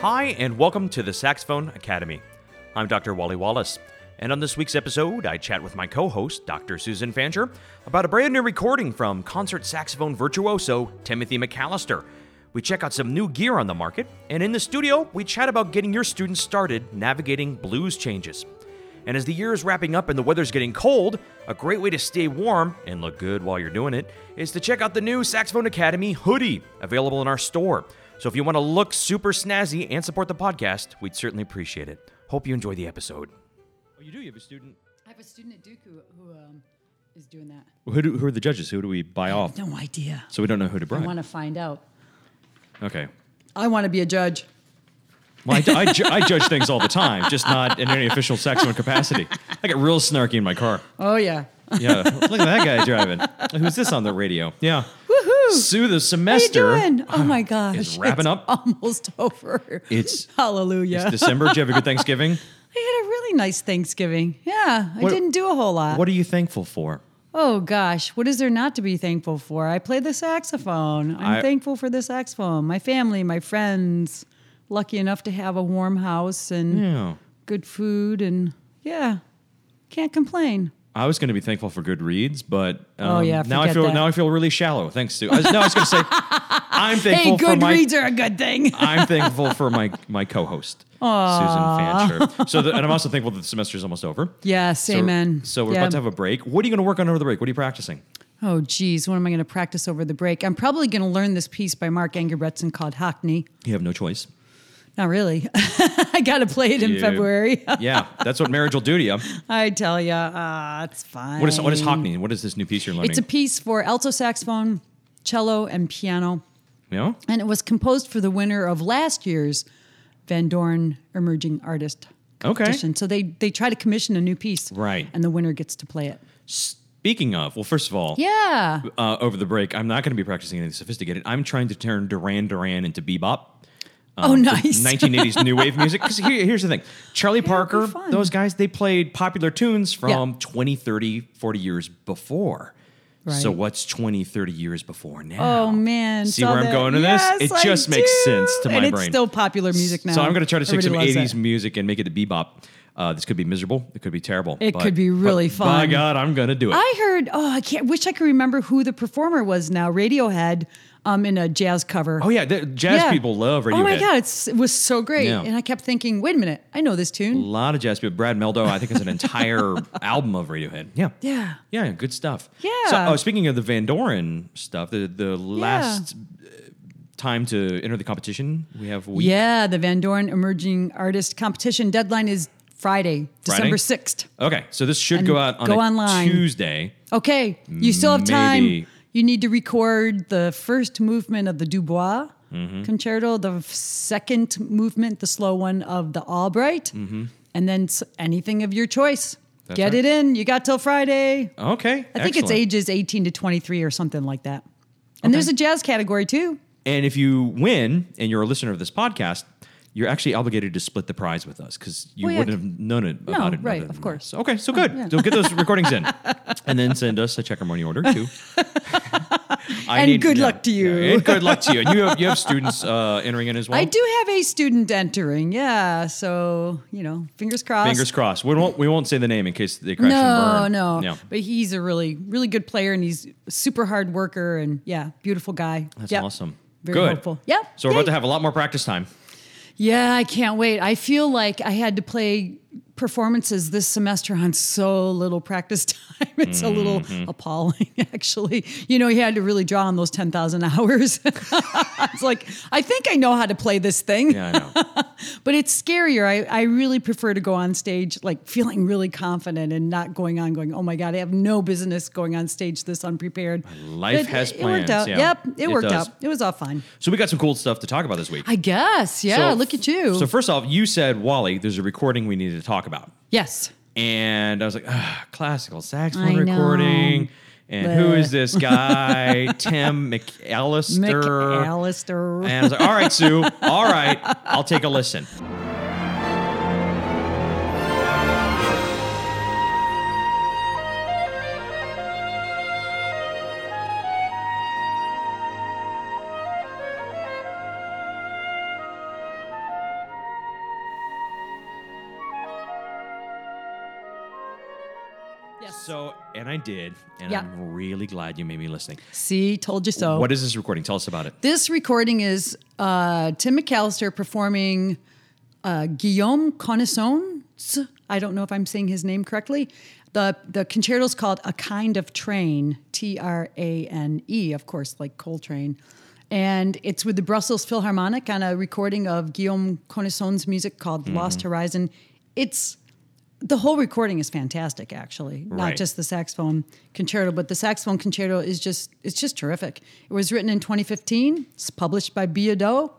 Hi, and welcome to the Saxophone Academy. I'm Dr. Wally Wallace, and on this week's episode, I chat with my co host, Dr. Susan Fancher, about a brand new recording from concert saxophone virtuoso Timothy McAllister. We check out some new gear on the market, and in the studio, we chat about getting your students started navigating blues changes. And as the year is wrapping up and the weather's getting cold, a great way to stay warm and look good while you're doing it is to check out the new Saxophone Academy hoodie available in our store. So if you want to look super snazzy and support the podcast, we'd certainly appreciate it. Hope you enjoy the episode. Oh, you do? You have a student? I have a student at Duke who, who um, is doing that. Who, do, who are the judges? Who do we buy off? No idea. So we don't know who to I bribe. want to find out. okay. I want to be a judge. Well, I, I ju- I judge things all the time, just not in any official saxophone capacity. I get real snarky in my car. Oh yeah. Yeah, look at that guy driving. Who's this on the radio? Yeah. Woohoo! Sue the semester. How you doing? Oh my gosh. uh, is wrapping it's up. Almost over. It's- hallelujah. It's December. Did you have a good Thanksgiving? I had a really nice Thanksgiving. Yeah, What- I didn't do a whole lot. What are you thankful for? oh gosh, what is there not to be thankful for? I play the saxophone. I'm I- thankful for the saxophone. My family, my friends, lucky enough to have a warm house and Yeah. good food and yeah. Can't complain. I was going to be thankful for good reads, but um, Oh, yeah, now I forget feel that. now I feel really shallow. Thanks, Sue. I was, no, I was going to say I'm Hey, thankful for good my reads are a good thing. I'm thankful for my my co-host Susan Fancher. So the, and I'm also thankful that the semester is almost over. Yes, So- amen. So we're Yeah. about to have a break. What are you going to work on over the break? What are you practicing? Oh, geez, what am I going to practice over the break? I'm probably going to learn this piece by Mark Engelbretson called Hockney. You have no choice. Not really. I got to play it in You- February. yeah, that's what marriage will do to you. I tell you, uh, it's fine. What is what is Hockney? What is this new piece you're learning? It's a piece for alto saxophone, cello, and piano. you know? And it was composed for the winner of last year's Van Dorn Emerging Artist Okay. Competition. So they, they try to commission a new piece. Right. And the winner gets to play it. Speaking of, well, first of all, Yeah. uh, over the break, I'm not going to be practicing anything sophisticated. I'm trying to turn Duran Duran into bebop. Uh, oh, nice. 1980s new wave music. Because here, here's the thing Charlie Parker, fun. those guys, they played popular tunes from 20, 30, 40 years before. So Right. what's 20, 30 years before now? Oh man! See saw where I'm that. going with Yes, this? It I just makes do. sense to my and it's brain. still popular music now. So I'm going to try to take some Everybody 80s loves music and make it a bebop. Uh, this could be miserable. It could be terrible. It could be really but By fun. God, I'm going to do it. I heard. Oh, I can't. Wish I could remember who the performer was now. Radiohead, um, in a jazz cover. oh, yeah. The jazz Yeah. people love Radiohead. Oh my god, it's, it was so great. Yeah. And I kept thinking, wait a minute, I know this A tune. lot of jazz people. Brad Meldow, I think, has an entire album of Radiohead. Yeah. Yeah. Yeah, good stuff. So, Yeah. oh, speaking of the Van Doren stuff, the the last uh, time to enter the competition, we have a week. Yeah, the Van Dorn Emerging Artist Competition deadline is Friday, Friday? December sixth. Okay, so this should And go out on go a online. Tuesday. Okay, you still have time. Maybe. You need to record the first movement of the Dubois Mm-hmm. concerto, the f- second movement, the slow one of the Albright, and then s- anything of your choice. Mm-hmm. That's Get right. it in. You got till Friday. Okay, I think it's ages 18 to 23 or something like that. And there's a jazz category too. And if you win, and you're a listener of this podcast, you're actually obligated to split the prize with us because you Well, yeah. wouldn't have known it about it. right, other than of course. Oh, us. Okay, so good. So get those recordings in, and then send us a check or money order too. I And good luck to you. and good luck to you. And you have you have students uh, entering in as well. I do have a student entering. Yeah. So, you know, fingers crossed. Fingers crossed. We won't. We won't say the name in case they crash and no, burn. no, Yeah. But he's a really, really good player, and he's a super hard worker, and yeah, beautiful guy. That's Yep. awesome. Very Good. hopeful. Yep. So we're about Yay. to have a lot more practice time. Yeah, I can't wait. I feel like I had to play performances this semester on so little practice time. It's a little Mm-hmm. appalling, actually. You know, you had to really draw on those ten thousand hours. it's like I think I know how to play this thing. Yeah, I know. But it's scarier. I, I really prefer to go on stage like feeling really confident and not going on going, oh my God, I have no business going on stage this unprepared. Life But has It worked plans, out. yeah. Yep. It, It worked does. out. It was all fine. so we got some cool stuff to talk about this week. I guess. Yeah. So- look at you. So first off, you said Wally, there's a recording we needed to talk about, yes. and I was like, "Ugh, classical saxophone I know. recording. And who Bleh. is this guy? Tim McAllister. McAllister. And I was like, all right, Sue, all right, I'll take a listen. So, and I did, and Yeah. I'm really glad you made me listening. See, told you so. What is this recording? Tell us about it. This recording is uh, Tim McAllister performing uh, Guillaume Connaissance. I don't know if I'm saying his name correctly. The the concerto is called A Kind of Train, T R A N E, of course, like Coltrane. And it's with the Brussels Philharmonic on a recording of Guillaume Connaissance's music called Lost Horizon. It's the whole recording is fantastic actually Right. not just the saxophone concerto but the saxophone concerto is just it's just terrific it was written in 2015 it's published by Biodot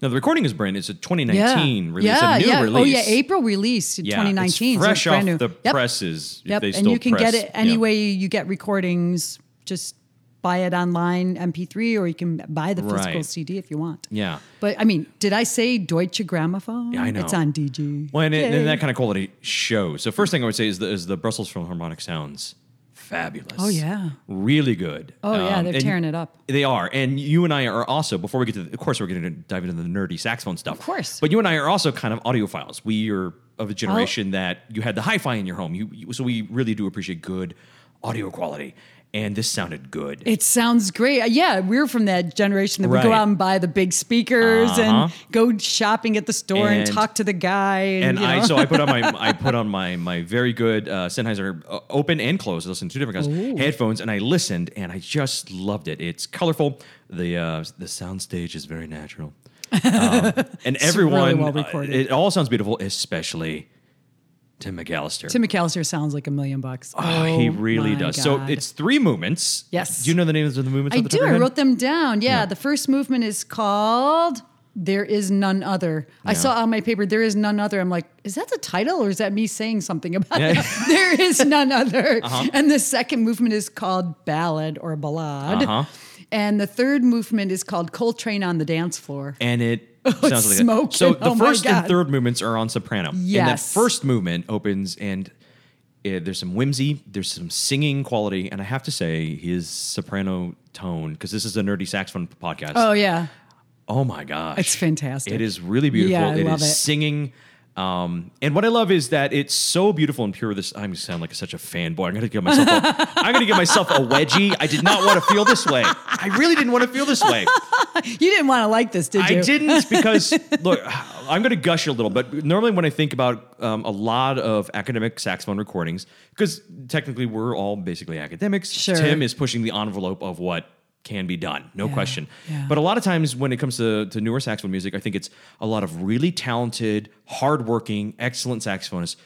Now, the recording is brand. It's a 2019 release, yeah, a new yeah. release. oh yeah april release in Yeah, 2019 It's so fresh it's off brand new the Yep. presses. if yep they and still you can press. get it Yeah. any way you get recordings just buy it online mp3 or you can buy the physical Right. cd if you want Yeah. but i mean did i say deutsche grammophon Yeah, I know. it's on dg Well, and, it, Yay. and that kind of quality shows. So first thing I would say is the, is the Brussels Philharmonic sounds fabulous. Oh, yeah. really good. Um, Oh, yeah, they're and tearing it up. They are, and you and I are also. Before we get to, the, of course, we're going to dive into the nerdy saxophone stuff. Of course. Oh. but you and I are also kind of audiophiles. We are of a generation that you had the hi-fi in your home. You, you so we really do appreciate good audio quality, and this sounded good. It sounds great. Uh, Yeah, we're from that generation that would go Right. out and buy the big speakers Uh-huh. and go shopping at the store and, And- talk to the guy. and And, you I know. so I put on my I put on my my very good uh, Sennheiser uh, open and closed. I listened to two different guys headphones, and I listened, and I just loved it. It's colorful. The uh, the soundstage is very natural, um, and everyone really well uh, recorded. it all sounds beautiful, especially Tim McAllister. Tim McAllister sounds like a million bucks. Oh, he really my does. So God. it's three movements. Yes. Do you know the names of the movements? I off the top do. of your I head? wrote them down. Yeah, the first movement is called "There Is None Other." I saw on my paper "There Is None Other." I'm like, is that the title or is that me saying something about Yeah. Uh-huh. it? there is none other. And the second movement is called "Ballad" or "Ballad." Uh-huh. And the third movement is called "Coltrane on the Dance Floor." and it it's sounds like smoking. that. So the Oh my first and God. third movements are on soprano. And that Yes. first movement opens and uh, there's some whimsy, there's some singing quality, and I have to say his soprano tone because this is a nerdy saxophone podcast. Oh yeah, oh my gosh, It's fantastic. It is really beautiful. Yeah, I It love is it. singing. Um, and what I love is that it's so beautiful and pure. This I'm gonna sound like such a fanboy. I'm gonna give myself. A, I'm gonna give myself a wedgie. I did not want to feel this way. I really didn't want to feel this way. you didn't want to like this, did you? I didn't because look, I'm going to gush a little, but normally when I think about um, a lot of academic saxophone recordings, because technically we're all basically academics. Sure. Tim is pushing the envelope of what can be done, no Yeah, question. yeah. But a lot of times when it comes to, to newer saxophone music, I think it's a lot of really talented, hardworking, excellent saxophonists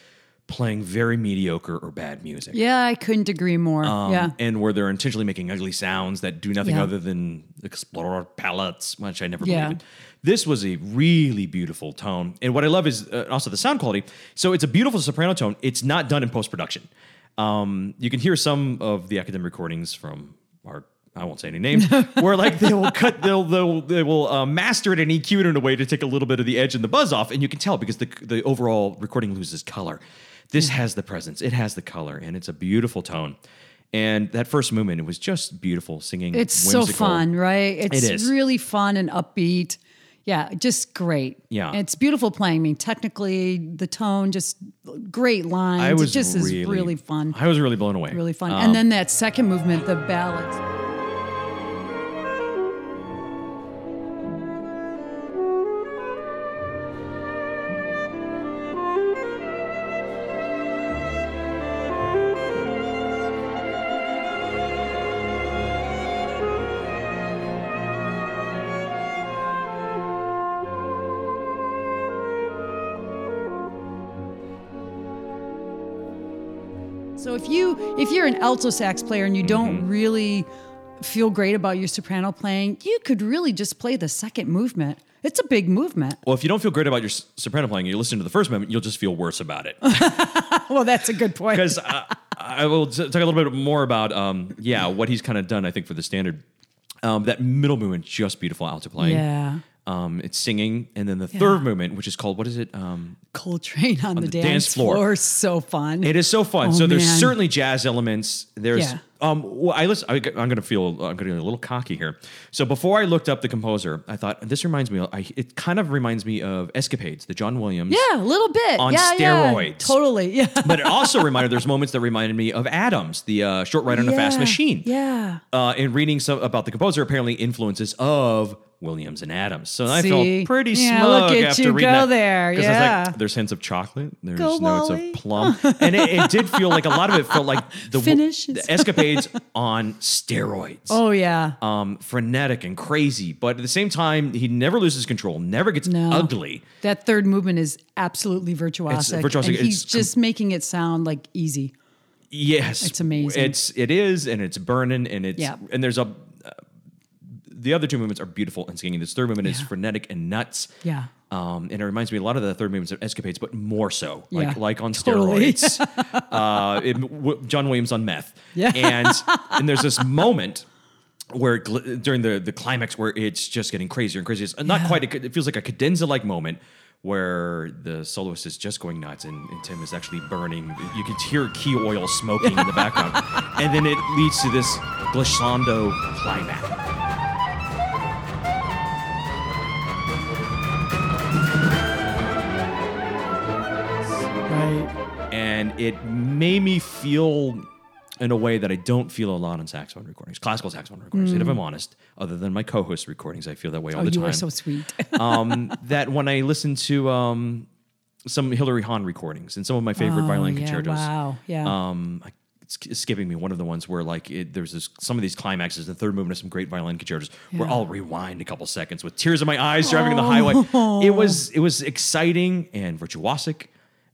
playing very mediocre or bad music. Yeah, I couldn't agree more. Um, yeah. And where they're intentionally making ugly sounds that do nothing Yeah. other than explore palettes, which I never Yeah. believed. in. This was a really beautiful tone. And what I love is uh, also the sound quality. So it's a beautiful soprano tone. It's not done in post production. Um, you can hear some of the academic recordings from our. I won't say any names. where like they will cut, they'll they'll they will uh, master it and EQ it in a way to take a little bit of the edge and the buzz off, and you can tell because the the overall recording loses color. This has the presence, it has the color, and it's a beautiful tone. And that first movement, it was just beautiful singing. It's so whimsical. fun, right? It's is. really fun and upbeat. Yeah, just great. Yeah. it's beautiful playing. I mean, technically, the tone, just great lines. I was Um, it just is really fun, I was really blown away. really fun. and then that second movement, the ballad. So if you if you're an alto sax player and you Mm-hmm. don't really feel great about your soprano playing, you could really just play the second movement. It's a big movement. Well, if you don't feel great about your s- soprano playing, you listen to the first movement, you'll just feel worse about it. Well, that's a good point. because uh, I will t- talk a little bit more about um, yeah what he's kind of done. I think for the standard, um, that middle movement just beautiful alto playing. Yeah. Um, it's singing, and then the third movement, which is called what is it? Um, Coltrane on, the, the dance, dance floor. floor. So fun. it is so fun. Oh, so there's man. certainly jazz elements. There's Yeah. um, well, I listen. I, am going to feel I'm going to get a little cocky here. So before I looked up the composer, I thought this reminds me. I, it kind of reminds me of Escapades, the John Williams. Yeah, a little bit. On yeah, Yeah, steroids. totally. Yeah. But it also reminded there's moments that reminded me of Adams, the uh, short writer on a fast Yeah, machine. Yeah. uh, in reading some about the composer, apparently influences of Williams and Adams. So I See? felt pretty Yeah, smug look at after you reading go that. there, 'Cause I was yeah. like, there's hints of chocolate. There's Go, notes Wally. of plum, and it, it did feel like a lot of it felt like the, w- Finish is- the escapades on steroids. Oh yeah. Um, frenetic and crazy, but at the same time, he never loses control. Never gets No. ugly. That third movement is absolutely virtuosic. virtuosic. and he's It's com- just making it sound like easy. Yes, It's amazing. It's it is, and it's burning, and it's Yeah. and there's a. Uh, the other two movements are beautiful and singing. This third movement is Yeah. frenetic and nuts. Yeah. Um, and it reminds me a lot of the third movements of Escapades, but more so, like Yeah. like on Totally. steroids. uh, it- w- John Williams on meth. Yeah. And and there's this moment where it gl- during the the climax where it's just getting crazier and crazier. It's not Yeah. quite. A, ca- it feels like a cadenza like moment where the soloist is just going nuts and, and Tim is actually burning. You can hear key oil smoking in the background, and then it leads to this glissando climax. Right. and it made me feel in a way that I don't feel a lot on saxophone recordings, classical saxophone recordings. And if I'm honest, other than my co-host recordings, I feel that way all Mm. Oh, the you time. are so sweet. um, that when I listen to um, some Hillary Hahn recordings and some of my favorite violin Oh, yeah, concertos, wow. Yeah. um, I- it's escaping me. One of the ones where like it, there's this, some of these climaxes, the third movement of some great violin concertos, where Yeah. I'll rewind a couple seconds with tears in my eyes, driving on the highway. It Oh. was it was exciting and virtuosic,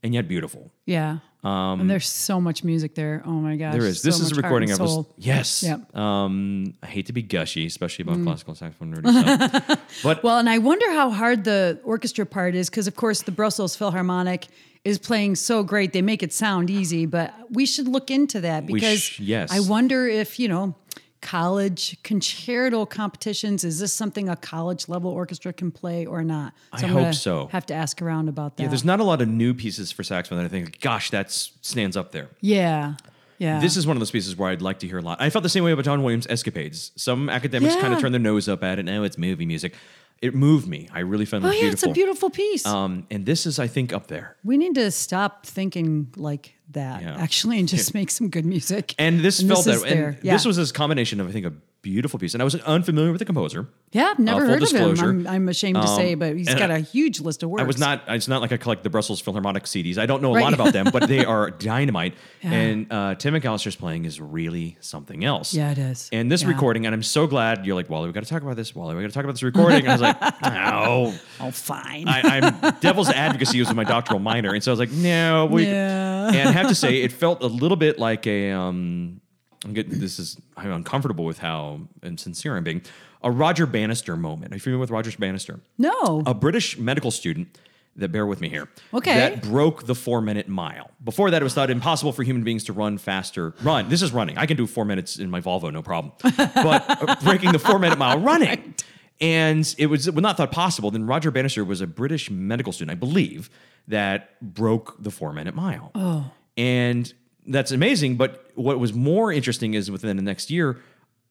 and yet beautiful. yeah. and there's so much music there. Oh my gosh. um, There is. so This is a much heart recording and of us. soul. Yes. Yep. Mm. Um, I hate to be gushy, especially about classical saxophone nerdy stuff. But Well, and I wonder how hard the orchestra part is because, of course, the Brussels Philharmonic is playing so great. They make it sound easy, but we should look into that We because sh- yes. I wonder if, you know, college concerto competitions is this something a college level orchestra can play or not? I I'm hope gonna so. Have to ask around about that. Yeah. there's not a lot of new pieces for saxophone that I think, gosh, that stands up there. yeah. This is one of those pieces where I'd like to hear a lot. I felt the same way about John Williams' Escapades. Some academics kind of Yeah. turn their nose up at it. Oh, it's movie music. It moved me. I really found oh, it yeah. beautiful. It's a beautiful piece. um, and this is, I think, up there. we need to stop thinking like that, Yeah. actually, and just make some good music. And this felt this that. is there. And Yeah. this was this combination of, I think, a beautiful piece. And I was unfamiliar with the composer. Yeah, I've Uh, never full heard disclosure. Um, of him. I'm, I'm ashamed to say, but he's and got I- a huge list of works. I was not. It's not like I collect the Brussels Philharmonic CDs. I don't know a lot Right. about them, but they are dynamite. Yeah. And uh, Tim McAllister's playing is really something else. Yeah, it is. And this Yeah. recording, and I'm so glad you're like, Wally, we got to talk about this. Wally, we got to talk about this recording. And I was like, no. Oh, fine. I, I'm devil's advocacy was my doctoral minor, and so I was like, no, we. Yeah. And I have to say, it felt a little bit like a. Um, I'm getting this is I'm uncomfortable with how insincere I'm being. A Roger Bannister moment. Are you familiar with Roger Bannister? no. a British medical student that bear with me here. Okay. That broke the four minute mile. Before that, it was thought impossible for human beings to run faster. Run. This is running. I can do four minutes in my Volvo, no problem. But uh, breaking the four minute mile running. And it was well, not thought possible. Then Roger Bannister was a British medical student, I believe, that broke the four minute mile. Oh. And that's amazing. But what was more interesting is within the next year,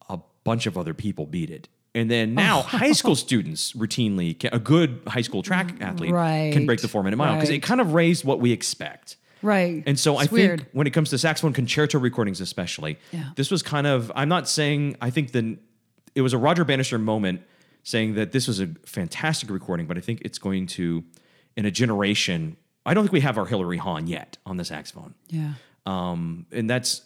a bunch of other people beat it. And then Oh. now, high school students routinely, can, a good high school track athlete can break Mm, Right. the four minute mile because it Right. kind of raised what we expect. right. And so I It's weird. think when it comes to saxophone concerto recordings, especially, Yeah. this was kind of, I'm not saying, I think the, it was a Roger Bannister moment saying that this was a fantastic recording, but I think it's going to, in a generation, I don't think we have our Hillary Hahn yet on the saxophone Yeah. um, and that's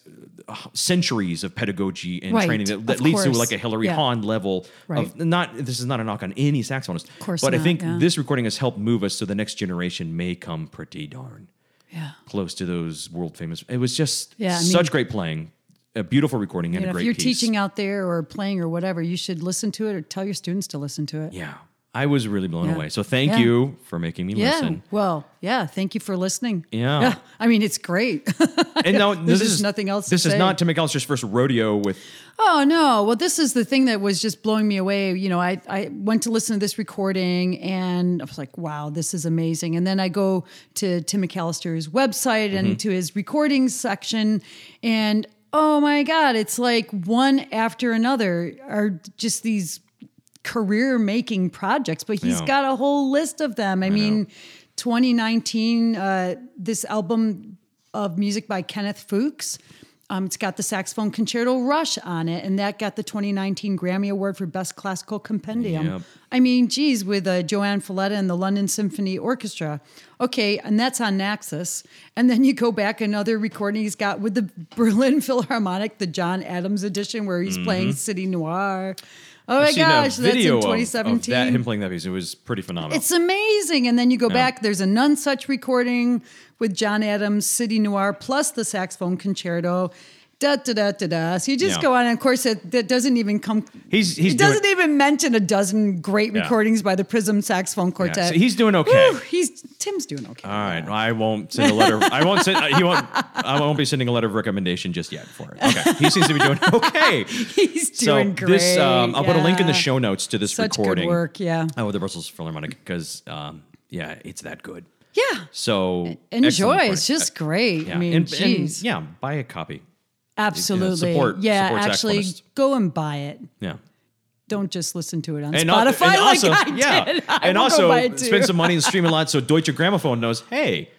uh, centuries of pedagogy and Right, training that, that of leads to course. like a Hillary Yeah. Hahn level of Right. not. This is not a knock on any saxophonist, of course but I not, think yeah. this recording has helped move us so the next generation may come pretty darn Yeah. close to those world famous. It was just Yeah, I mean- such great playing, a beautiful recording, and You a know, if great you're piece. teaching out there or playing or whatever, you should listen to it or tell your students to listen to it. yeah. I was really blown Yeah. away. So thank Yeah. you for making me Yeah. listen. Well, yeah. Thank you for listening. Yeah. I mean, it's great. And now There's this just is nothing else to This is say. not Tim McAllister's first rodeo with Oh no! Well, this is the thing that was just blowing me away. You know, I I went to listen to this recording and I was like, "Wow, this is amazing!" And then I go to Tim McAllister's website and to his recording section, and oh my god, it's like one after another are just these career making projects, but he's Yeah. got a whole list of them. I, mean, 2019, uh, this album of music by Kenneth Fuchs. Um, it's got the saxophone concerto Rush on it, and that got the 2019 Grammy Award for Best Classical Compendium. Yep. I mean, geez, with uh, Joanne Folletta and the London Symphony Orchestra. Okay, and that's on Naxos. And then you go back another recording he's got with the Berlin Philharmonic, the John Adams edition, where he's playing City Noir. Oh Mm-hmm. my I've seen a gosh, that's in video of- Of 2017. that, him playing that piece. It was pretty phenomenal. it's amazing. And then you go back, there's a none such recording with John Adams, City Noir, plus the saxophone concerto. Da, da, da, da, da. So you just Yeah. go on, and of course, it, that doesn't even come. He's- he's it doesn't doing- even mention a dozen great Yeah. recordings by the Prism Saxophone Yeah, Quartet. so he's doing okay. Uh, Whew, he's Tim's doing okay. All right, well, I won't send a letter. I won't send. He won't. I won't be sending a letter of recommendation just yet for it. Okay, he seems to be doing okay. He's doing so great. this, um, I'll put a link in the yeah. show notes to this Such recording. good work. Yeah. Oh, with the Brussels Philharmonic, because um, yeah, it's that good. Yeah. So E-, Enjoy. excellent It's point. just great. Yeah, I mean, and, jeez. and, yeah, buy a copy. Absolutely. support- yeah, support actually, saxophonists. go and buy it. Yeah. Don't just listen to it on al- Spotify like I yeah, did. I and will go buy also it too. spend some money and stream a lot so Deutsche Grammophon knows. Hey,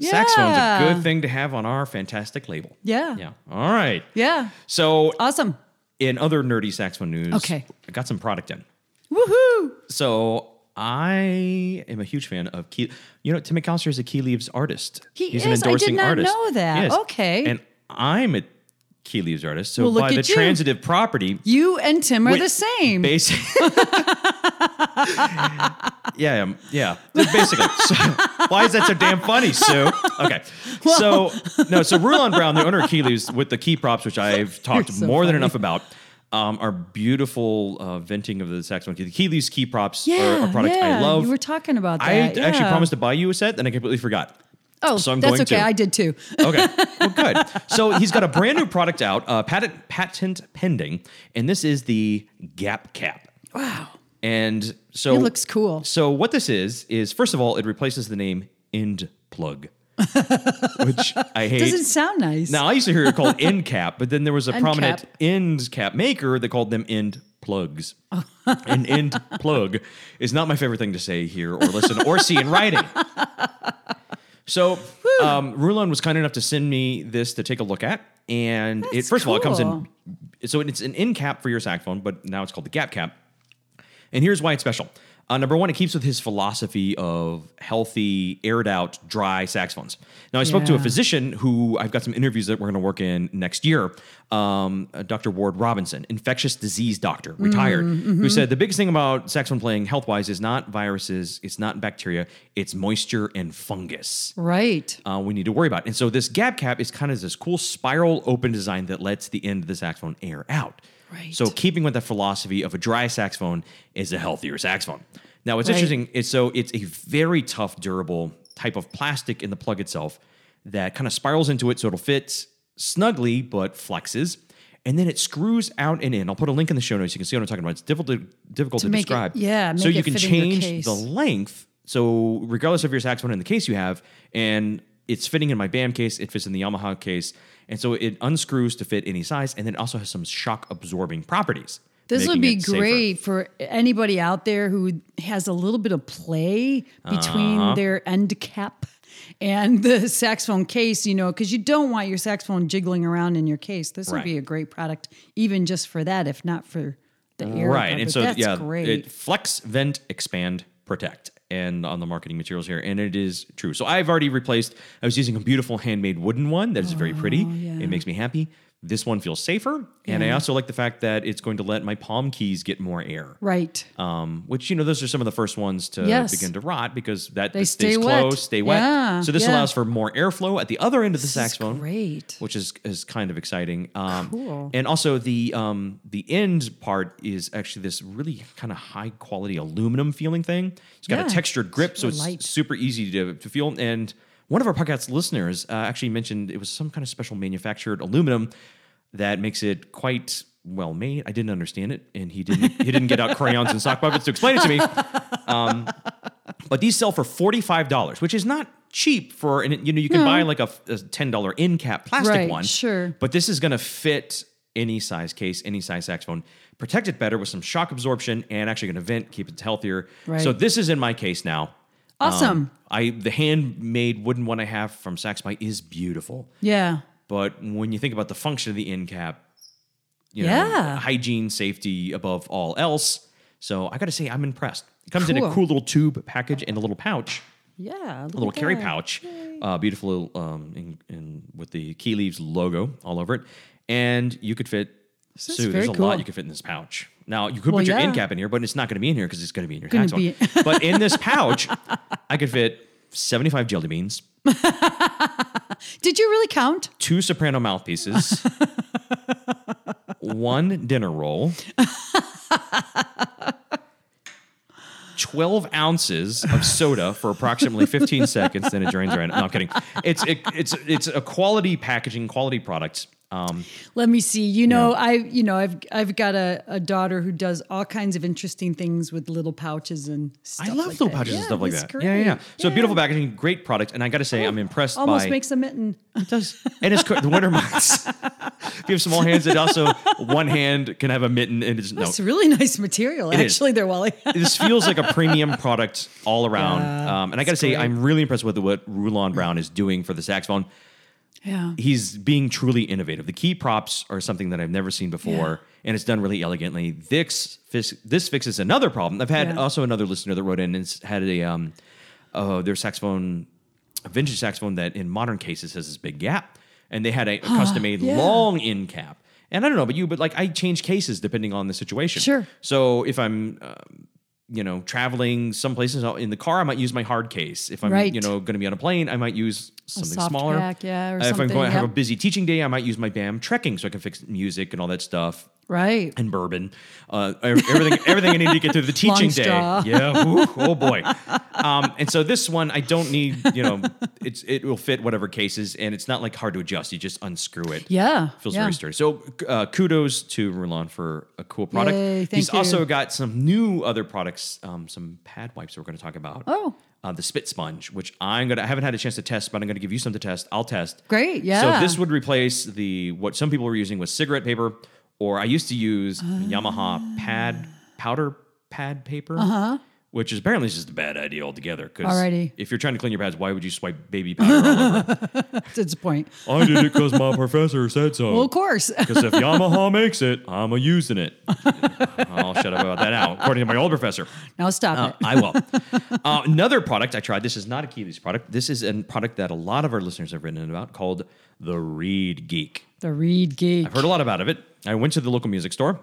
saxophone's a Yeah. good thing to have on our fantastic label. Yeah. Yeah. All right. Yeah. So, Awesome. in other nerdy saxophone news, Okay. I got some product in. Woohoo. So, I am a huge fan of Key. You know, Tim McAllister is a Key Leaves artist. He He's is? I did not artist. know that. Okay. And I'm a Key Leaves artist. So, Well, look by the at you. transitive property, You and Tim are Wait, the same. Basic. yeah, um, yeah. Basically. So, why is that so damn funny, Sue? Okay. so no, so Rulon Brown, the owner of Keeley's, with the key props, which I've talked You're so more than funny. enough about. Um, are beautiful uh, venting of the saxophone. key. The Keeley's key props yeah. are a product yeah. I love. You were talking about that. I actually yeah. promised to buy you a set, and I completely forgot. Oh, so I'm that's going okay. to. I did too. Okay, well, good. So he's got a brand new product out, uh, patent patent pending, and this is the Gap Cap. Wow. And so It looks cool. So what this is is first of all, it replaces the name end plug, which I hate. Doesn't sound nice. now I used to hear it called end cap, but then there was a End prominent cap. end cap maker that called them end plugs. An end plug is not my favorite thing to say here or listen or see in writing. So um, Rulon was kind enough to send me this to take a look at, and it That's first of all it comes cool. in. So it's an end cap for your saxophone, but now it's called the gap cap. And here's why it's special. Uh, number one, it keeps with his philosophy of healthy, aired out, dry saxophones. Now, I spoke to a Yeah. physician who I've got some interviews that we're going to work in next year, um, uh, Dr. Ward Robinson, infectious disease doctor, retired, who said the biggest thing about saxophone playing health wise is not viruses, it's not bacteria, it's moisture and fungus right. uh, we need to worry about. And so this gap cap is kind of this cool spiral open design that lets the end of the saxophone air out. Right. So keeping with the philosophy of a dry saxophone is a healthier saxophone. Now what's Right. interesting is so it's a very tough, durable type of plastic in the plug itself that kind of spirals into it so it'll fit snugly but flexes. And then it screws out and in. I'll put a link in the show notes. You can see what I'm talking about. It's difficult, difficult to, make it- describe. yeah, so make you it can fit in your change case. the length. So regardless of your saxophone and the case you have, and it's fitting in my BAM case, it fits in the Yamaha case, and so it unscrews to fit any size, and then it also has some shock absorbing properties. This making would be it safer. great for anybody out there who has a little bit of play between Uh-huh. their end cap and the saxophone case, you know, because you don't want your saxophone jiggling around in your case. This Right. would be a great product, even just for that, if not for the air. right? cover. And so that's yeah, great. it flex, vent, expand, protect, and on the marketing materials here, and it is Oh, true. So I've already replaced. I was using a beautiful handmade wooden one that is very pretty. It makes me happy. This one feels safer, and I also like the fact that it's going to let my palm keys get more air. Right. Um, which you know, those are some of the first ones to Yes. begin to rot because that stays stay wet. close, stay wet. Yeah, so this yeah. allows for more airflow at the other end of the saxophone Great. which is is kind of exciting. Um, Cool. And also the um, the end part is actually this really kind of high quality aluminum feeling thing. It's got Yeah. a textured grip, so Super it's light. super easy to, to feel. And one of our podcast listeners uh, actually mentioned it was some kind of special manufactured aluminum that makes it quite well made. I didn't understand it, and he didn't he didn't get out crayons and sock puppets to explain it to me. But these sell for forty five dollars, which is not cheap for and you know you can buy like a, a ten dollar end cap plastic Right, one. sure. but this is going to fit any size case, any size saxophone. Protect it better with some shock absorption and actually going to vent, keep it healthier. Right. So this is in my case now. Um, Awesome. I the handmade wooden one I have from Saxby is beautiful, yeah. but when you think about the function of the end cap, you know, Yeah. hygiene, safety above all else. So I got to say, I'm impressed. It comes in a Cool. cool little tube package and a little pouch Yeah. a little carry pouch, uh, beautiful um, in, in, with the Key Leaves logo all over it. And you could fit, is Sue, very there's a cool. lot you could fit in this pouch. Now, you could Well, put your yeah. end cap in here, but it's not going to be in here because it's going to be in your Gonna tax be- one. but in this pouch, I could fit 75 jelly beans, Did you really count? two soprano mouthpieces, one dinner roll, 12 ounces of soda for approximately 15 seconds, then it drains right. No, I'm kidding. It's it, it's it's a quality packaging, quality product. Um, Let me see. You know, I you know, I've I've got a, a daughter who does all kinds of interesting things with little pouches and stuff. I love like little that. pouches and Yeah, stuff like it's that. Yeah, yeah, yeah. great. So Yeah. beautiful packaging, great product, and I got to say, I'm impressed. Almost by, makes a mitten. It does. And it's co- the winter months. if you have small hands, it also one hand can have a mitten, and it's no. It's really nice material, Oh. is. actually. There, Wally. this feels like a premium product all around. um, and I got to say, great. I'm really impressed with what Rulon Brown is doing for the saxophone. yeah. He's being truly innovative. The key props are something that I've never seen before, and it's done really elegantly. This fix, this fixes another problem. I've had Yeah. also another listener that wrote in and s- had a um, uh, their saxophone, a vintage saxophone that in modern cases has this big gap, and they had a custom made yeah. long end cap. And I don't know about you, but like I change cases depending on the situation. Sure. So if I'm um, you know, traveling some places I'll- in the car, I might use my hard case. If I'm, Right. you know, going to be on a plane, I might use something soft smaller. pack, yeah, or if I'm something, going to have a yep. busy teaching day, I might use my BAM trekking so I can fix music and all that stuff Right. and bourbon, uh, ev- everything, everything I need to get through the teaching Long day. straw. Yeah, woo, oh boy. Um, and so this one, I don't need, you know, it's it will fit whatever cases, and it's not like hard to adjust. You just unscrew it. Yeah. Feels yeah. very sturdy. So uh, kudos to Rulon for a cool product. Yay, thank He's you. also got some new other products, um, some pad wipes that we're going to talk about. Oh. Uh, the spit sponge, which I'm gonna I haven't had a chance to test, but I'm gonna give you some to test. I'll test. Great, So yeah. this would replace the what some people were using was cigarette paper, or I used to use Yamaha pad powder pad paper. Uh-huh. Which is apparently just a bad idea altogether. Because Alrighty. if you're trying to clean your pads, why would you swipe baby powder all over? That's the point. I did it because my professor said so. Well, of course. Because if Yamaha makes it, I'm a using it. I'll shut up about that now, according to my old professor. now stop Uh, it. I will. Uh, another product I tried, this is not a Keeley's product. This is a product that a lot of our listeners have written in about called the Reed Geek. The Reed Geek. I've heard a lot about of it. I went to the local music store.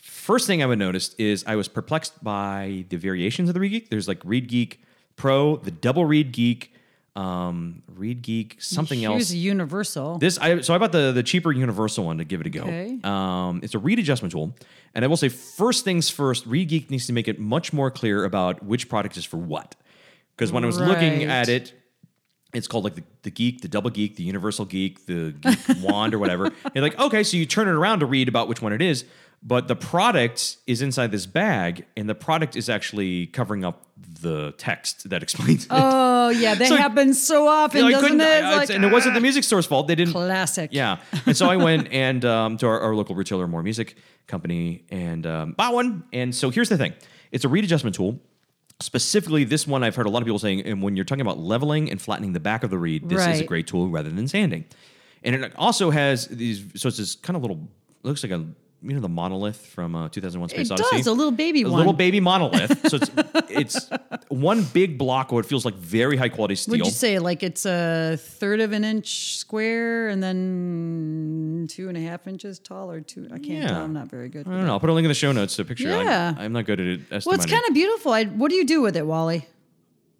First thing I would notice is I was perplexed by the variations of the Reed Geek. There's like Reed Geek Pro, the double Reed Geek, um, Reed Geek, something Here's else. a universal. This I so I bought the the cheaper universal one to give it a go. Okay. Um, it's a read adjustment tool, and I will say first things first, Read Geek needs to make it much more clear about which product is for what, because when I was looking Right. at it. It's called like the, the geek, the double geek, the universal geek, the geek wand or whatever. And you're like, okay, so you turn it around to read about which one it is, but the product is inside this bag, and the product is actually covering up the text that explains it. oh, yeah. That So- happens so often, You know, I doesn't couldn't- it? I- It's it's- like, ah. and it wasn't the music store's fault. They didn't Classic. yeah. And so I went and um, to our, our local retailer, More Music Company, and um, bought one. And so here's the thing it's a read adjustment tool. Specifically, this one I've heard a lot of people saying, and when you're talking about leveling and flattening the back of the reed, this is a Right. great tool rather than sanding. And it also has these, so it's this kind of little, looks like a, you know, the monolith from uh, 2001 Space It Odyssey. does, a little baby A one. little baby monolith. So it's, it's one big block where it feels like very high quality steel. Would you say like it's a third of an inch square and then two and a half inches tall or two. I can't Yeah. Uh, tell. I'm not very good. I don't know. I'll put a link in the show notes to a picture. Yeah. I, am not good at it. Well, it's estimating. kind of beautiful. I, what do you do with it, Wally?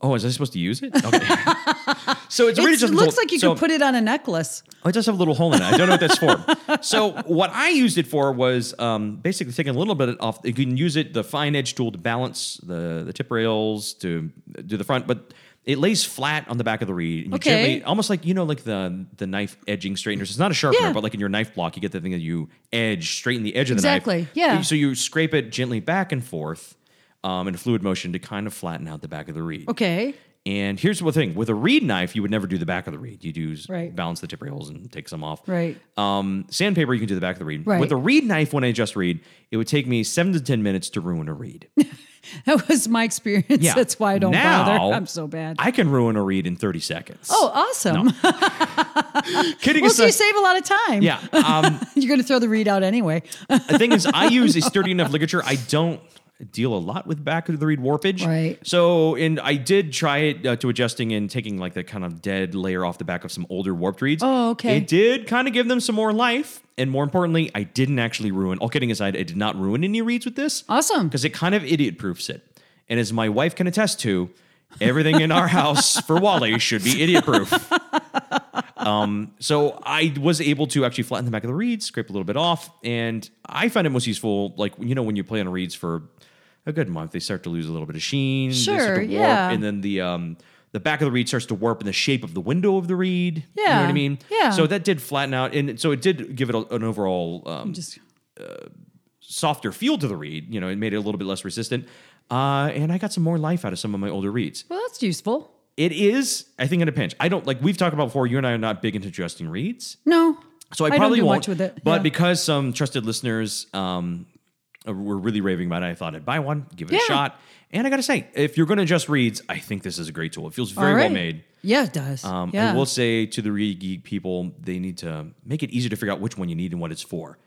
Oh, is I supposed to use it? Okay. so it's really It's, just a it looks little- like you so- could put it on a necklace. Oh, it does have a little hole in it. I don't know what that's for. so what I used it for was um, basically taking a little bit off. You can use it the fine edge tool to balance the the tip rails to do the front, but it lays flat on the back of the reed. And you Okay. gently- almost like you know, like the the knife edging straighteners. It's not a sharpener, Yeah. but like in your knife block, you get the thing that you edge straighten the edge of the Exactly, knife. yeah. So you scrape it gently back and forth um, in a fluid motion to kind of flatten out the back of the reed. Okay. And here's the thing: with a reed knife, you would never do the back of the reed. You do s- Right. balance the tip rails and take some off. Right. Um, sandpaper, you can do the back of the reed. Right. With a reed knife, when I just read, it would take me seven to ten minutes to ruin a reed. That was my experience. Yeah. That's why I don't now, bother. I'm so bad. I can ruin a reed in thirty seconds. oh, awesome. kidding well, so aside. you save a lot of time. yeah. Um, You're going to throw the reed out anyway. the thing is, I use a sturdy enough ligature. I don't deal a lot with back of the reed warpage. Right. So, and I did try it uh, to adjusting and taking like the kind of dead layer off the back of some older warped reeds. Oh, okay. It did kind of give them some more life. And more importantly, I didn't actually ruin, all kidding aside, I did not ruin any reeds with this. Awesome. Because it kind of idiot proofs it. And as my wife can attest to, everything in our house for Wally should be idiot proof. Um, So I was able to actually flatten the back of the reeds, scrape a little bit off, and I find it most useful, like you know, when you play on reeds for a good month, they start to lose a little bit of sheen. they Sure, start to warp, yeah. And then the um the back of the reed starts to warp in the shape of the window of the reed. You know what Yeah, I mean? yeah. So that did flatten out, and so it did give it a, an overall um, Just softer feel to the reed. You know, it made it a little bit less resistant. Uh, and I got some more life out of some of my older reeds. Well, that's useful. It is, I think, in a pinch. I don't like we've talked about before. You and I are not big into adjusting reeds. No. So I, don't probably do won't. much with it. But Yeah. because some trusted listeners um, were really raving about it, I thought I'd buy one, give it a Yeah. shot. And I got to say, if you're going to just reads, I think this is a great tool. It feels very All well right. made. Yeah, it does. Um, yeah. I will say to the read geek people, they need to make it easier to figure out which one you need and what it's for.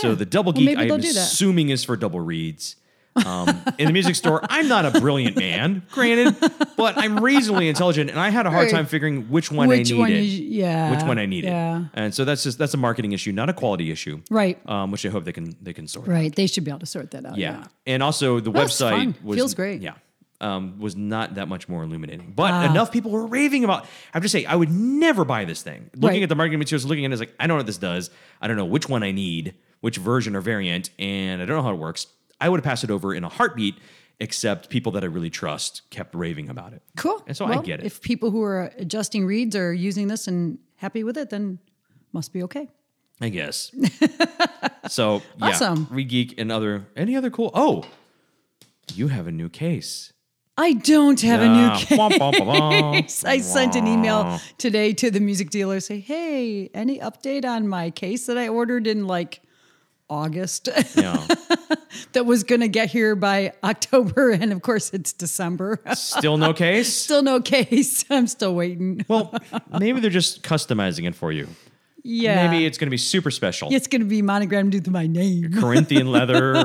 So Yeah. the double Well, geek, maybe I'm they'll do that. assuming, is for double reads. Um, in the music store, I'm not a brilliant man, granted, but I'm reasonably intelligent, and I had a hard Right. time figuring which one Which I needed one you- yeah, which one I needed. yeah. And so that's just that's a marketing issue, not a quality issue. Right. Um, which I hope they can they can sort. right. They should be able to sort that out. Yeah. And also the That's website fun. was Feels great. Ah. Yeah. Um, was not that much more illuminating, but enough people were raving about. I have to say, I would never buy this thing. Looking Right. at the marketing materials, looking at it, it's like I don't know what this does. I don't know which one I need, which version or variant, and I don't know how it works. I would have passed it over in a heartbeat, except people that I really trust kept raving about it. Cool. And so I Well, get it. If people who are adjusting reads are using this and happy with it, then must be okay. I guess. so yeah, Awesome. Read Geek and other any other cool. Oh, you have a new case. I don't have Ah, a new case. womp, womp, womp. I sent an email today to the music dealer say, "Hey, any update on my case that I ordered in like August yeah. that was going to get here by October and of course it's December. Still no case. still no case. I'm still waiting. Well, maybe they're just customizing it for you. Yeah. Maybe it's going to be super special. it's going to be monogrammed with my name. Corinthian leather.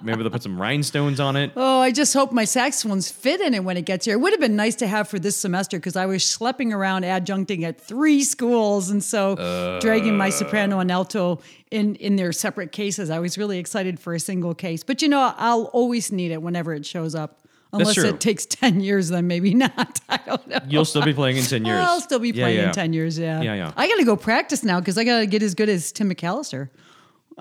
maybe they'll put some rhinestones on it. Oh, I just hope my saxophones fit in it when it gets here. It would have been nice to have for this semester because I was schlepping around adjuncting at three schools, and so dragging my soprano and alto in in their separate cases. I was really excited for a single case, but you know, I'll always need it whenever it shows up. Unless true. it takes ten years, then maybe not. I don't know. You'll still be playing in ten years. I'll still be Yeah, playing yeah. in ten years. Yeah, Yeah, yeah. I got to go practice now because I got to get as good as Tim McAllister.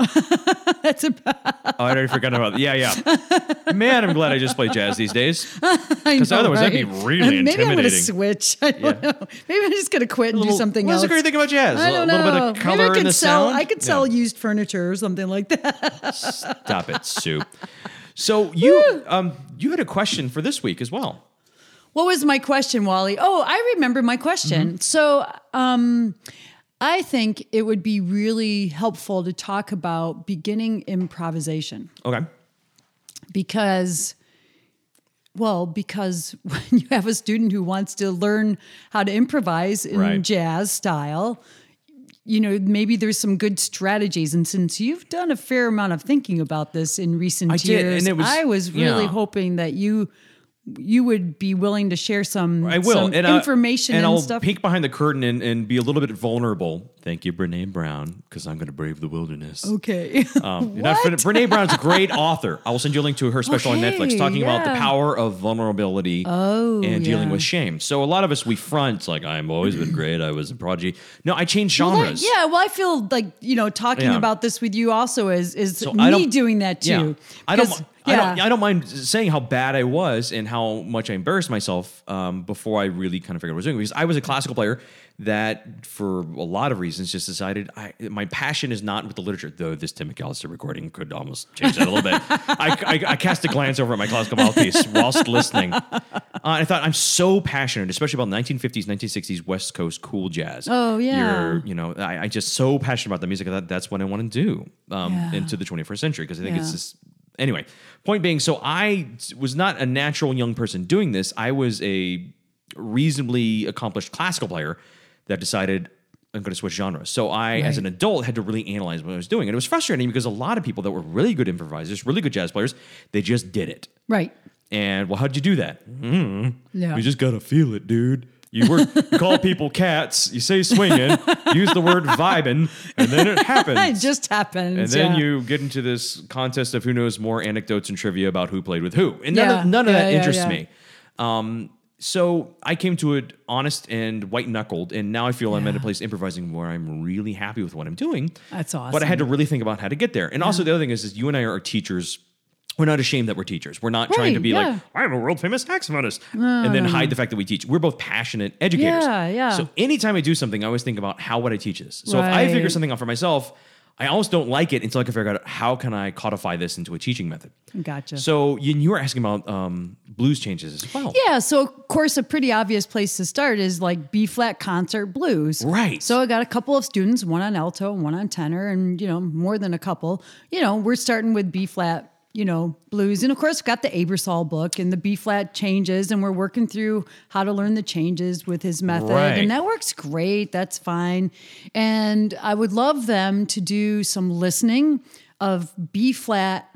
That's about. Oh, I already forgot about that. Yeah, yeah. Man, I'm glad I just play jazz these days. Because otherwise that'd be really Maybe I'm gonna intimidating. switch. I don't Yeah. know. Maybe I'm just gonna quit and do something What's else. the great thing about jazz? I don't a little know. bit of color Maybe I in could the sell. sound. I could Yeah. sell used furniture or something like that. Stop it, Sue. So you um you had a question for this week as well. What was my question, Wally? Oh, I remember my question. Mm-hmm. So, um, I think it would be really helpful to talk about beginning improvisation. Okay. because well because when you have a student who wants to learn how to improvise in Right. jazz style you know maybe there's some good strategies and since you've done a fair amount of thinking about this in recent did, and years it was- i was really yeah. hoping that you you would be willing to share some I will. some and I- information and and I'll stuff peek behind the curtain and, and be a little bit vulnerable Thank you, Brene Brown, because I'm going to brave the wilderness. Oh, Okay. Um, you're not- Brene Brown's a great author. I will send you a link to her special on Okay, Netflix talking about the Oh, yeah. Oh, power of vulnerability and dealing yeah. with shame. So a lot of us we front like I've always been great. I was a prodigy. No, I changed Well, that- genres. yeah, well, I feel like you know talking Yeah. about this with you also is is So me I don't- doing that too. Yeah. I don't. Because- mi- I don't. I don't mind saying how bad I was and how much I embarrassed myself um, before I really kind of figured out what I was doing because I was a classical player that, for a lot of reasons, just decided I, my passion is not with the literature. Though this Tim McAllister recording could almost change that a little bit. I, I, I cast a glance over at my classical mouthpiece whilst listening. Uh, I thought I'm so passionate, especially about 1950s, 1960s West Coast cool jazz. Oh, yeah. You're- you know, I, I just so passionate about the music that that's what I want to do um, Yeah. into the 21st century because I think it's Yeah. just anyway. Point being, so I was not a natural young person doing this. I was a reasonably accomplished classical player that decided I'm going to switch genres. So I, as an Right. adult, had to really analyze what I was doing, and it was frustrating because a lot of people that were really good improvisers, really good jazz players, they just did it. right. And well, how'd you do that? Yeah. You just gotta feel it, dude. You work, you call people cats. You say swinging. use the word vibing, and then it it happens. just happens. and then yeah. you get into this contest of who knows more anecdotes and trivia about who played with who. And none Yeah. of, none of Yeah, that yeah, interests yeah. me. Um, so I came to it honest and white knuckled, and now I feel I'm at a Yeah. place improvising where I'm really happy with what I'm doing. That's But I had awesome. to really think about how to get there. And also the other thing is, is you and I are teachers. We're not ashamed that we're teachers. We're not trying to Right, be yeah. Uh. like, I'm a world famous saxophonist, and then hide the fact that we teach. We're both passionate educators. Yeah, yeah. So anytime I do something, I always think about how would I teach this. So if I figure Right. something out for myself, I almost don't like it until I can figure out how can I codify this into a teaching method. Gotcha. So you, you were asking about um, blues changes as well. Yeah, so of course, a pretty obvious place to start is like B flat concert blues. Right. So I got a couple of students, one on alto and one on tenor, and you know, more than a couple. You know, we're starting with B flat, you know, blues. And of course, we've got the Abersol book and the B flat changes, and we're working through how to learn the changes with his method. Right. And that works great. That's fine. And I would love them to do some listening of B flat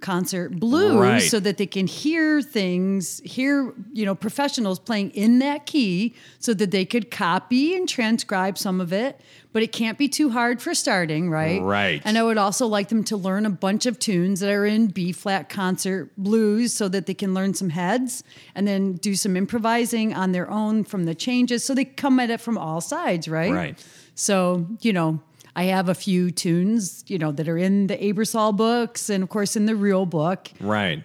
concert blues Right. so that they can hear things hear you know professionals playing in that key so that they could copy and transcribe some of it but it can't be too hard for starting right Right. and i would also like them to learn a bunch of tunes that are in b flat concert blues so that they can learn some heads and then do some improvising on their own from the changes so they come at it from all sides right Right. so, you know, I have a few tunes, you know, that are in the Abersol books and of course in the real book. Right.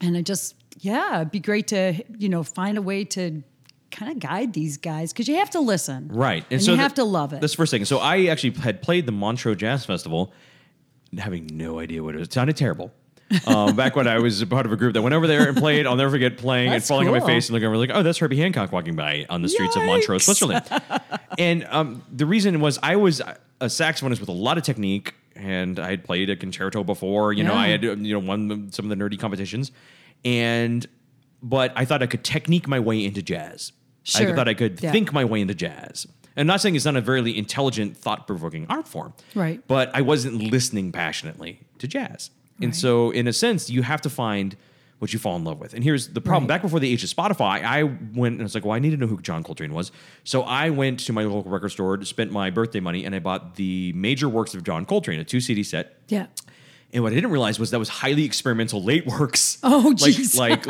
And I just, yeah, it'd be great to, you know, find a way to kind of guide these guys because you have to listen. Right. And, you the- have to love it. That's the first thing. So I actually had played the Montreux Jazz Festival, having no idea what it was. It sounded terrible. um, back when I was a part of a group that went over there and played, I'll never forget playing and That's falling on my cool. face and looking over like, oh, that's Herbie Hancock walking by on the streets of Montreux, Yikes. Switzerland. and um, the reason was I was a saxophonist with a lot of technique, and I had played a concerto before. You know, Yeah. I had you know won some of the nerdy competitions, and but I thought I could technique my way into jazz. I Sure. thought I could Yeah. think my way into jazz. And I'm not saying it's not a very intelligent, thought provoking art form. Right. But I wasn't listening passionately to jazz. And Right. so, in a sense, you have to find what you fall in love with. And here's the problem. Right. Back before the age of Spotify, I went and I was like, well, I need to know who John Coltrane was. So I went to my local record store, spent my birthday money, and I bought the major works of John Coltrane, a two CD set. yeah. And what I didn't realize was that was highly experimental late works. Oh, like jeez. like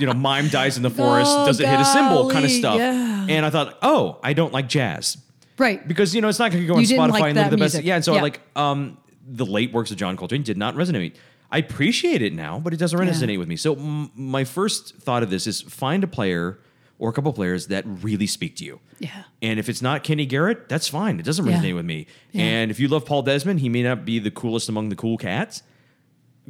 you know, mime dies in the forest, Oh, does it hit a symbol kind of golly, stuff. yeah. And I thought, oh, I don't like jazz Right. because you know it's not going to go on You didn't Spotify like and live that the best. music. Yeah, and so Yeah. like um, the late works of John Coltrane did not resonate. I appreciate it now, but it doesn't resonate with me. So m- my first thought of this is find a player or a couple players that really speak to you. Yeah. And if it's not Kenny Garrett, that's fine. It doesn't Yeah. resonate with me. Yeah. And if you love Paul Desmond, he may not be the coolest among the cool cats.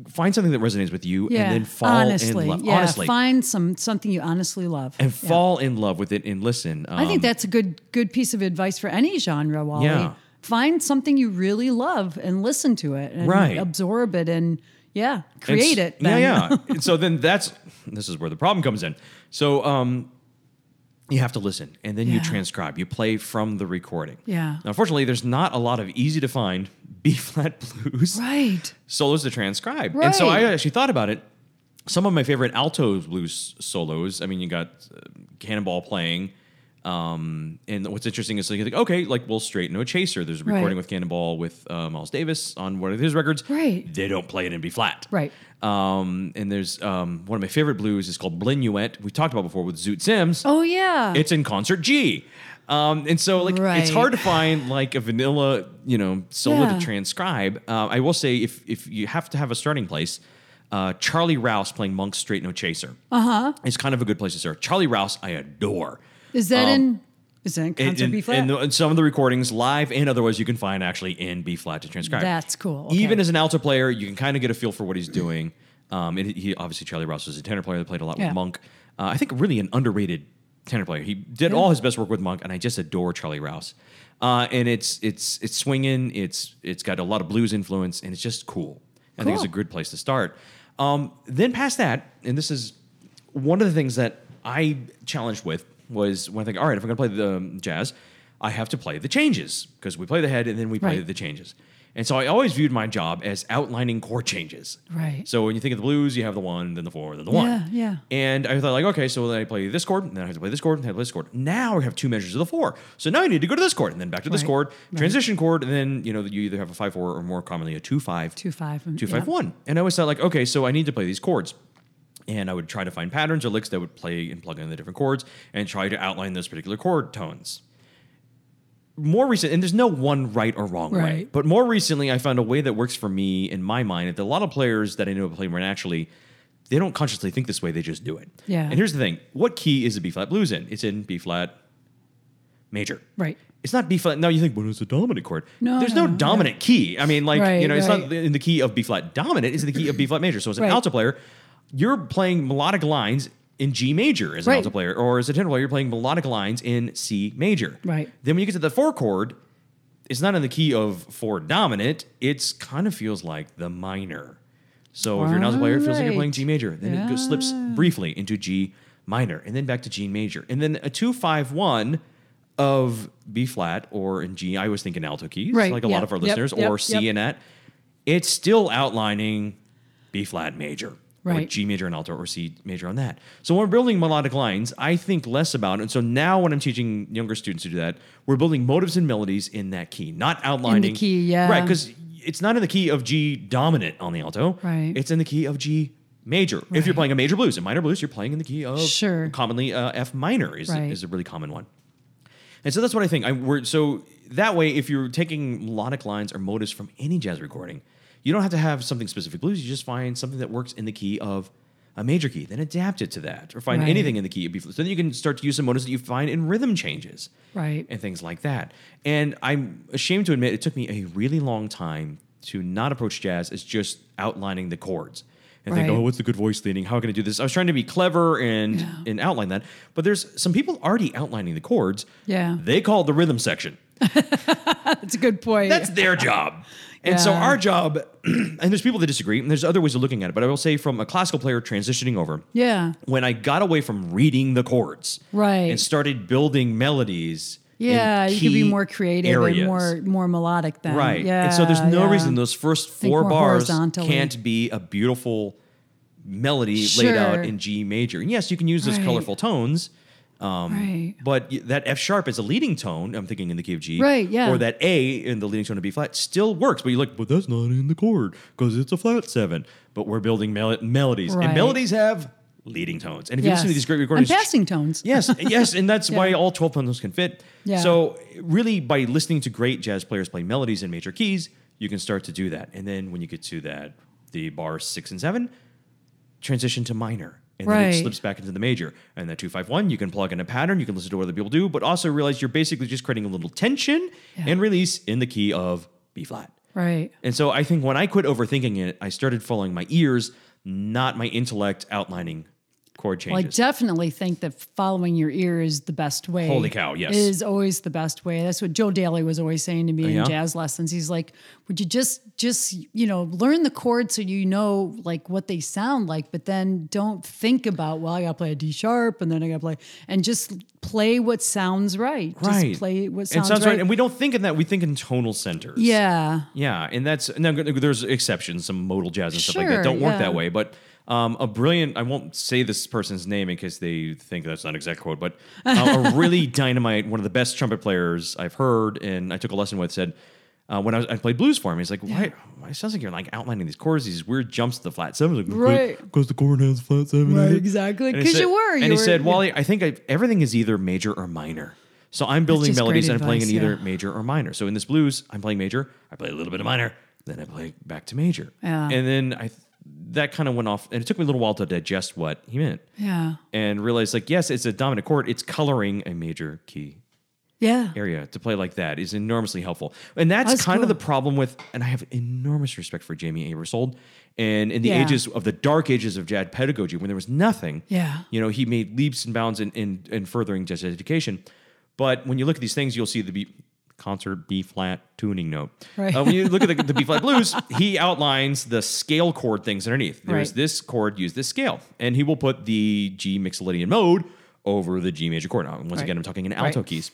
Find something that resonates with you, yeah. and then fall honestly. in love. Yeah. Honestly, Find some something you honestly love. and Yeah. fall in love with it, and listen. I um, think that's a good good piece of advice for any genre, Wally. Yeah. Find something you really love and listen to it and Right. absorb it and yeah, And create s- it. Then. Yeah, yeah. and so then that's this is where the problem comes in. So um, you have to listen, and then you Yeah. transcribe. You play from the recording. Yeah. Now, unfortunately, there's not a lot of easy to find B flat blues Right. solos to transcribe. And so I Right. actually thought about it. Some of my favorite alto blues solos. I mean, you got uh, Cannonball playing. Um, and what's interesting is like, you're like, okay, like we'll straighten a chaser. There's a recording Right. with Cannonball with uh, Miles Davis on one of his records. Right. They don't play it in B flat. Right. Um, and there's um, one of my favorite blues is called Blinuet. We talked about before with Zoot Sims. Oh yeah. It's in concert G. Um, and so like Right. it's hard to find like a vanilla you know solo Yeah. to transcribe. Uh, I will say if if you have to have a starting place, uh, Charlie Rouse playing Monk Straight No Chaser. Uh Uh-huh. huh. It's kind of a good place to start. Charlie Rouse, I adore. is that um, in? Is that in And- concert and- B flat? and, and some of the recordings, live and otherwise, you can find actually in B flat to transcribe. That's cool. Even Okay. as an alto player, you can kind of get a feel for what he's doing. Um, and he obviously Charlie Ross was a tenor player that played a lot Yeah. with Monk. Uh, I think really an underrated tenor player. He did all his best work with Monk, and I just adore Charlie Rouse. Uh, and it's it's it's swinging. It's it's got a lot of blues influence, and it's just cool. I think it's a Cool. good place to start. Um, then past that, and this is one of the things that I challenged with was when I think, all right, if I'm going to play the um, jazz, I have to play the changes because we play the head and then we play Right. the changes. And so I always viewed my job as outlining chord changes. Right. So when you think of the blues, you have the one, then the four, then the one. Yeah, yeah. And I thought like, okay, so then I play this chord, and then I have to play this chord, and then I play this chord. Now we have two measures of the four. So now I need to go to this chord, and then back to this Right, chord, right. transition chord, and then you know you either have a five four or more commonly a two five two five and- two yeah. five one. And I always thought like, okay, so I need to play these chords. And I would try to find patterns or licks that would play and plug in the different chords and try to outline those particular chord tones. More recent, and there's no one right or wrong way, Right. but more recently I found a way that works for me in my mind. And a lot of players that I know play more naturally, they don't consciously think this way, they just do it. Yeah. And here's the thing what key is the B flat blues in? It's in B flat major. Right. It's not B flat. Now you think, well, it's a dominant chord. No, there's no, no, no. dominant key. I mean, like Right, you know, it's not right. in the key of B flat dominant. It's in the key of B flat major. So as an Right. alto player, you're playing melodic lines in G major as an Right. alto player, or as a tenor player, you're playing melodic lines in C major. Right. Then when you get to the four chord, it's not in the key of four dominant. It's kind of feels like the minor. So if you're an alto player, it feels like you're playing Alright. G major. Then it goes, slips briefly into G minor, and then back to G major, and then a two five one of B flat or in G. I was thinking alto keys, Right, like a yeah. lot of our Yep, listeners, or yep, C yep. and that. It's still outlining B flat major, Or Right. G major and alto, or C major on that. So when we're building melodic lines, I think less about it. And so now when I'm teaching younger students to do that, we're building motives and melodies in that key, not outlining key, yeah. right? Because it's not in the key of G dominant on the alto, Right. It's in the key of G major. If you're Right. playing a major blues and minor blues, you're playing in the key of Sure. commonly uh, F minor is Right. is a really common one. And so that's what I think. I we're, so that way, if you're taking melodic lines or motives from any jazz recording, you don't have to have something specific blues. You just find something that works in the key of a major key, then adapt it to that, or find Right. anything in the key of B. So then you can start to use some motives that you find in rhythm changes, Right. and things like that. And I'm ashamed to admit, it took me a really long time to not approach jazz as just outlining the chords. And think, Right. oh, what's the good voice leading? How can I do this? I was trying to be clever and and outline that. But there's some people already outlining the chords. Yeah. They call it the rhythm section. That's a good point. That's their job. And so Yeah. our job, and there's people that disagree, and there's other ways of looking at it, but I will say from a classical player transitioning over, yeah. when I got away from reading the chords Right. and started building melodies. in Yeah, you can be key more creative areas. and more more melodic then. Right. Yeah. and so there's no yeah. reason those first Think four more bars horizontally. can't be a beautiful melody laid out Sure. in G major. And yes, you can use those Right. colorful tones, Right. but y- that F sharp is a leading tone. I'm thinking in the key of G. Right, yeah. Or that A in the leading tone of B flat still works, but you look, but that's not in the chord because it's a flat seven. But we're building mel- melodies, and Right. melodies have leading tones. And if you listen to Yes. these great recordings, And passing tones. Yes, yes, and that's why all 12 tones can fit. Yeah. So, really, by listening to great jazz players play melodies in major keys, you can start to do that. And then when you get to that, the bar six and seven, transition to minor. And then it Right. slips back into the major. And that 251, you can plug in a pattern, you can listen to what other people do, but also realize you're basically just creating a little tension and release in the key of B flat. Right. And so I think when I quit overthinking it, I started following my ears, not my intellect outlining chord Well, I changes. definitely think that following your ear is the best way. Holy cow, yes. Is always the best way. That's what Joe Daly was always saying to me yeah? in jazz lessons. He's like, would you just just, you know, learn the chords so you know like what they sound like, but then don't think about, well, I gotta play a D sharp and then I gotta play and just play what sounds right. Just play what sounds, it sounds right. And we don't think in that. We think in tonal centers. yeah. Yeah. And that's, now there's exceptions, some modal jazz and stuff like that Sure, don't work yeah. that way. But Um, a brilliant, I won't say this person's name in case they think that's not an exact quote, but uh, a really dynamite, one of the best trumpet players I've heard and I took a lesson with said, uh, when I, was, I played blues for him, he's like, why, why it sounds like you're like outlining these chords, these weird jumps to the flat seven. I was Like, Right. Because the chord has flat seven. Right, exactly. And he 'Cause said- you were, And you he were- said, Wally, I think i everything is either major or minor. So I'm building just great melodies and I'm playing in advice, either yeah. major or minor. So in this blues, I'm playing major, I play a little bit of minor, then I play back to major. Yeah. And then I that kind of went off, and it took me a little while to digest what he meant Yeah. and realize, like, yes, it's a dominant chord, it's coloring a major key Yeah. area to play like that is enormously helpful. And that's, That's kind of cool. the problem with, and I have enormous respect for Jamie Aversold. And in the Yeah. ages of the dark ages of jazz pedagogy, when there was nothing, Yeah. you know, he made leaps and bounds in, in, in furthering jazz education. But when you look at these things, you'll see the B, concert B flat tuning note. Right. Uh, when you look at the, the B flat blues, he outlines the scale chord things underneath. There's Right. this chord, use this scale, and he will put the G mixolydian mode over the G major chord. Now, once Right. again, I'm talking in Right. alto keys.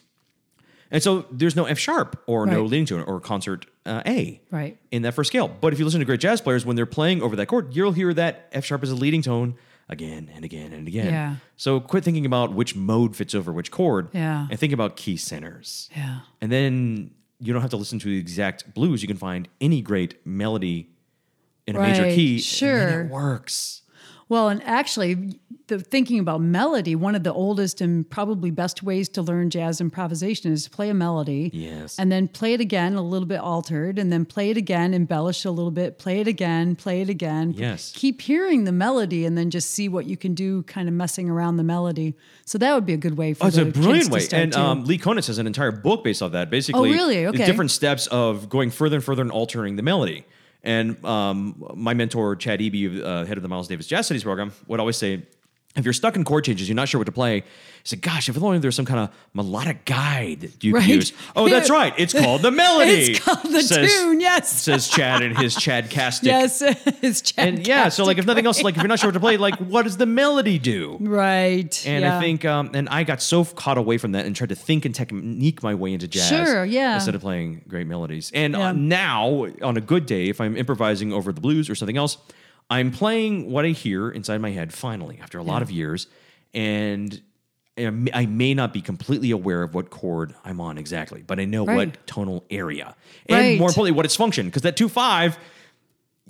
And so there's no F sharp or no Right. leading tone or concert uh, A Right. in that first scale. But if you listen to great jazz players, when they're playing over that chord, you'll hear that F sharp is a leading tone again and again and again. Yeah. So quit thinking about which mode fits over which chord Yeah. and think about key centers. Yeah. And then you don't have to listen to the exact blues. You can find any great melody in a major Right, key. And then sure. it works. Well, and actually, the thinking about melody, one of the oldest and probably best ways to learn jazz improvisation is to play a melody. Yes. And then play it again, a little bit altered, and then play it again, embellish a little bit, play it again, play it again. Yes. Keep hearing the melody and then just see what you can do, kind of messing around the melody. So that would be a good way for Oh, it's the a brilliant kids way. to start And too. um, Lee Konitz has an entire book based off that. Basically, really? the Okay. different steps of going further and further and altering the melody. And um, my mentor, Chad Eby, uh, head of the Miles Davis Jazz Studies program, would always say, if you're stuck in chord changes, you're not sure what to play. He said, "Gosh, if only there's some kind of melodic guide that you Right. could use." Oh, that's right. It's called the melody. It's called the says, tune, yes. says Chad in his Chad Castic. yes, it's Chad And yeah, so like if nothing Castor. else, like if you're not sure what to play, like what does the melody do? Right. And I yeah. think, um, and I got so caught away from that and tried to think and technique my way into jazz. Sure, yeah. Instead of playing great melodies. And Yeah. uh, now, on a good day, if I'm improvising over the blues or something else, I'm playing what I hear inside my head finally after a lot of years. And I may- I may not be completely aware of what chord I'm on exactly, but I know Right. what tonal area. And Right. more importantly, what its function. Because that 2 5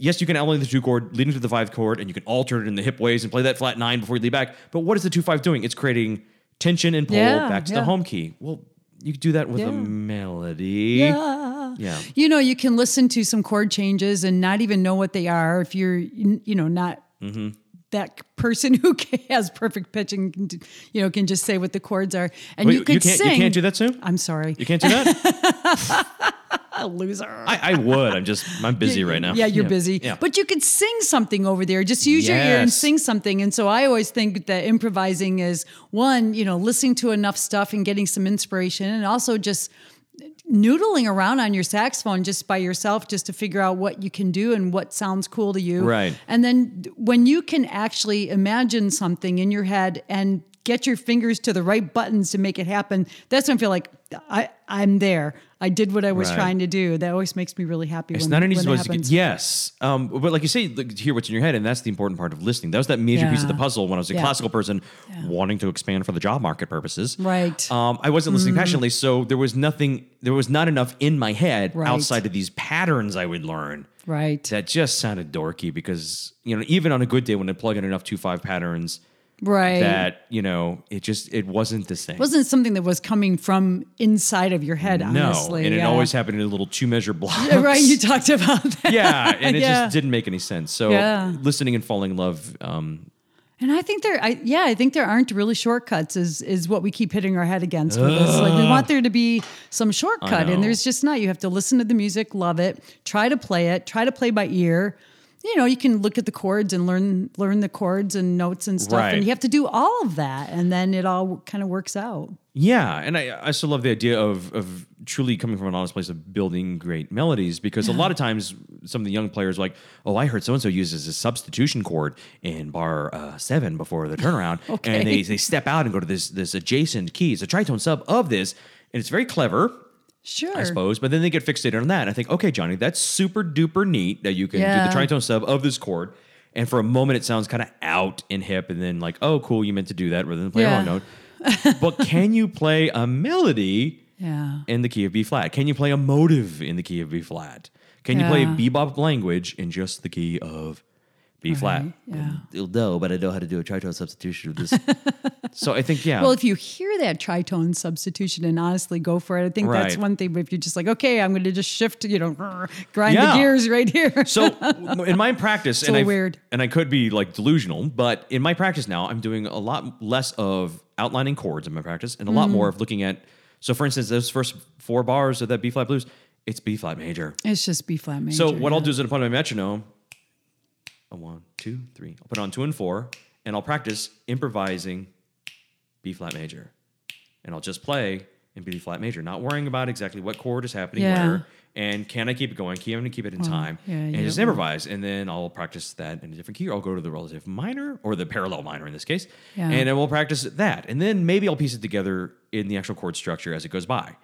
yes, you can outline the two chord leading to the five chord, and you can alter it in the hip ways and play that flat nine before you lead back. But what is the two five doing? It's creating tension and pull Yeah, back to the yeah. home key. Well, you could do that with Yeah. a melody. Yeah. Yeah. You know, you can listen to some chord changes and not even know what they are if you're, you know, not Mm-hmm. that person who can- has perfect pitch and, can, do- you know, can just say what the chords are. And Wait, you could can't, sing. you can't do that soon? I'm sorry. You can't do that? a loser. I, I would. I'm just, I'm busy right now. Yeah, you're busy. Yeah. But you could sing something over there. Just use your ear and Yes. sing something. And so I always think that improvising is one, you know, listening to enough stuff and getting some inspiration and also just noodling around on your saxophone just by yourself just to figure out what you can do and what sounds cool to you. Right. And then when you can actually imagine something in your head and get your fingers to the right buttons to make it happen, that's when I feel like I, I'm there. I did what I was Right. trying to do. That always makes me really happy It's when- not an easy when it way to get. happens. Yes, um, but like you say, like, hear what's in your head, and that's the important part of listening. That was that major piece of the Yeah. puzzle when I was a Yeah. classical person wanting to expand for the job market purposes. Right. Mm. Um, I wasn't listening passionately, so there was nothing. There was not enough in my head Right. outside of these patterns I would learn. Right. That just sounded dorky because you know even on a good day when I plug in enough two five patterns right. that you know it just it wasn't this thing. wasn't something that was coming from inside of your head, no, honestly. and it yeah. always happened in little two measure blocks. Yeah, Right, you talked about that. yeah, and it Yeah. just didn't make any sense. So Yeah. listening and falling in love. Um, And I think there, I, yeah, I think there aren't really shortcuts. Is is what we keep hitting our head against with this. Like we want there to be some shortcut, know. and there's just not. You have to listen to the music, love it, try to play it, try to play by ear. You know, you can look at the chords and learn learn the chords and notes and stuff, Right. and you have to do all of that, and then it all kind of works out. yeah, and I, I still love the idea of of truly coming from an honest place of building great melodies because a lot of times some of the young players are like, oh, I heard so and so uses a substitution chord in bar uh, seven before the turnaround, Okay. and they they step out and go to this this adjacent key, it's a tritone sub of this, and it's very clever. Sure, I suppose. But then they get fixated on that. And I think, okay, Johnny, that's super duper neat that you can Yeah. do the tritone sub of this chord. And for a moment, it sounds kind of out and hip, and then like, oh, cool, you meant to do that rather than play a Yeah. wrong note. but can you play a melody Yeah. in the key of B flat? Can you play a motive in the key of B flat? Can you play a Yeah. bebop language in just the key of B flat? yeah. Well, No, but I know how to do a tritone substitution of this. so I think, yeah. Well, if you hear that tritone substitution and honestly go for it, I think that's Right. one thing. But if you're just like, okay, I'm going to just shift, you know, grind Yeah. the gears right here. so in my practice, and So I weird. and I could be like delusional, but in my practice now, I'm doing a lot less of outlining chords in my practice, and a lot Mm. more of looking at. So, for instance, those first four bars of that B flat blues, it's B flat major. It's just B flat major. So what I'll do is I'll put on my metronome. A one, two, three. I'll put on two and four, and I'll practice improvising B flat major, and I'll just play in B flat major, not worrying about exactly what chord is happening Yeah. where, and can I keep it going? Can I keep it in time? yeah, and yeah. just improvise, and then I'll practice that in a different key, or I'll go to the relative minor or the parallel minor in this case, Yeah. and then we'll practice that, and then maybe I'll piece it together in the actual chord structure as it goes by.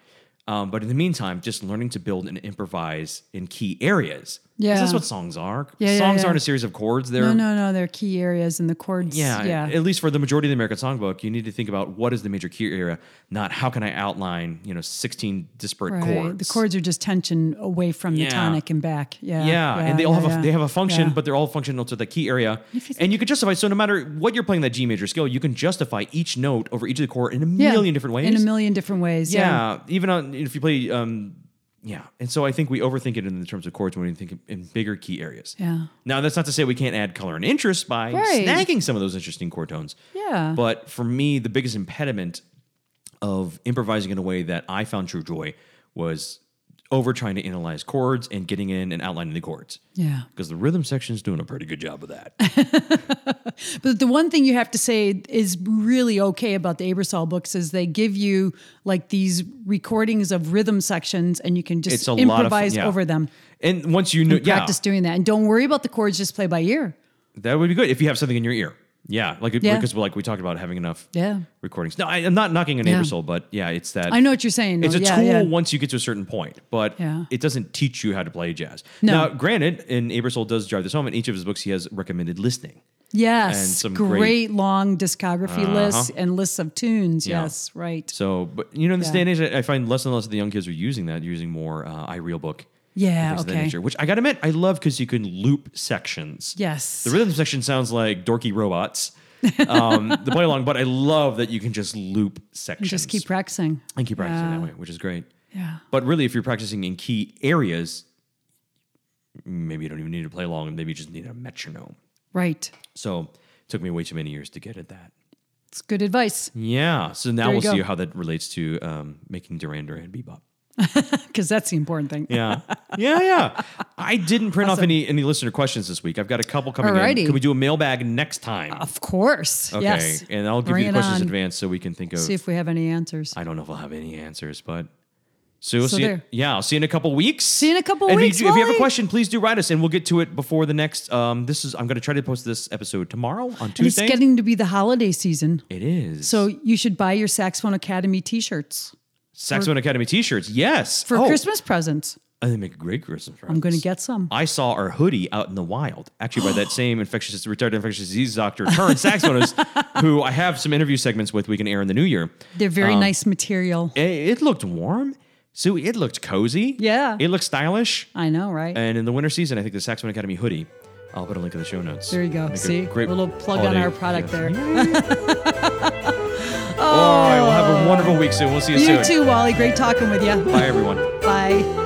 Um, but in the meantime, just learning to build and improvise in key areas. 'Cause Yeah. that's what songs are. Yeah, yeah, songs yeah. aren't a series of chords. They're no, no, no, they're key areas and the chords. yeah, Yeah, yeah, At least for the majority of the American Songbook, you need to think about what is the major key area, not how can I outline you know sixteen disparate right. chords. The chords are just tension away from Yeah. the tonic and back. Yeah, Yeah, and they all yeah, have a, yeah. they have a function, Yeah. but they're all functional to the key area. If you and you can justify so no matter what you're playing that G major scale, you can justify each note over each of the chord in a Yeah. million different ways. In a million different ways. Yeah, yeah, even on, if you play, um, yeah. And so I think we overthink it in the terms of chords when we think in bigger key areas. Yeah. Now that's not to say we can't add color and interest by Right. snagging some of those interesting chord tones. Yeah. But for me, the biggest impediment of improvising in a way that I found true joy was over trying to analyze chords and getting in and outlining the chords. yeah. Because the rhythm section's doing a pretty good job of that. But the one thing you have to say is really okay about the Abersol books is they give you like these recordings of rhythm sections, and you can just It's a lot of fun, improvise yeah. over them. and once you knew, yeah, Practice doing that, and don't worry about the chords; just play by ear. that would be good if you have something in your ear. Yeah, like Yeah. because like we talked about having enough Yeah. recordings. No, I, I'm not knocking an Yeah. Abersol, but yeah, it's that. I know what you're saying. It's though. a yeah, tool yeah. once you get to a certain point, but Yeah. it doesn't teach you how to play jazz. No. Now, granted, and Abersol does drive this home. In each of his books, he has recommended listening. Yes, and some great- Uh-huh. great, long discography lists and lists of tunes. Yeah. Yes, right. So, but you know, in this Yeah. day and age, I I find less and less of the young kids are using that, using more uh, iReal book. Yeah, things of that okay. nature, which I gotta admit, I love because you can loop sections. Yes. The rhythm section sounds like dorky robots, um, the play along, but I love that you can just loop sections. Just keep practicing. and keep practicing Yeah. that way, which is great. Yeah. But really, if you're practicing in key areas, maybe you don't even need to play along, and maybe you just need a metronome. Right. So it took me way too many years to get at that. It's good advice Yeah. So now There we'll you see go. how that relates to um, making Duran Duran bebop. because that's the important thing. Yeah. Yeah, yeah. I didn't print off any any listener questions this week. I've got a couple coming in. Alrighty. Can we do a mailbag next time? Of course. okay. Yes. And I'll give Bring you it the questions on. in advance so we can think of See if we have any answers. I don't know if I'll have any answers, but so, we'll So see you, there. yeah, I'll see you in a couple weeks. See you in a couple and weeks, If you, if you have a Wally. question, please do write us, and we'll get to it before the next. Um, this is I'm going to try to post this episode tomorrow on And it's Tuesday. getting to be the holiday season. It is. So you should buy your Saxophone Academy t shirts Saxophone Academy T-shirts, yes, for Oh, Christmas presents. Oh, they make a great Christmas. I'm going to get some. I saw our hoodie out in the wild, actually by that same infectious, retired infectious disease doctor, current saxophonist, who I have some interview segments with. We can air in the new year. They're very Um, nice material. It, it looked warm, so it looked cozy. Yeah. it looked stylish. I know, right? And in the winter season, I think the Saxophone Academy hoodie. I'll put a link in the show notes. There you go. Make a See? Little plug on holiday our product there. All right. Well, have a wonderful week soon. We'll see you, Oh. You soon. too, Wally. Great talking with you. Bye, everyone. Bye.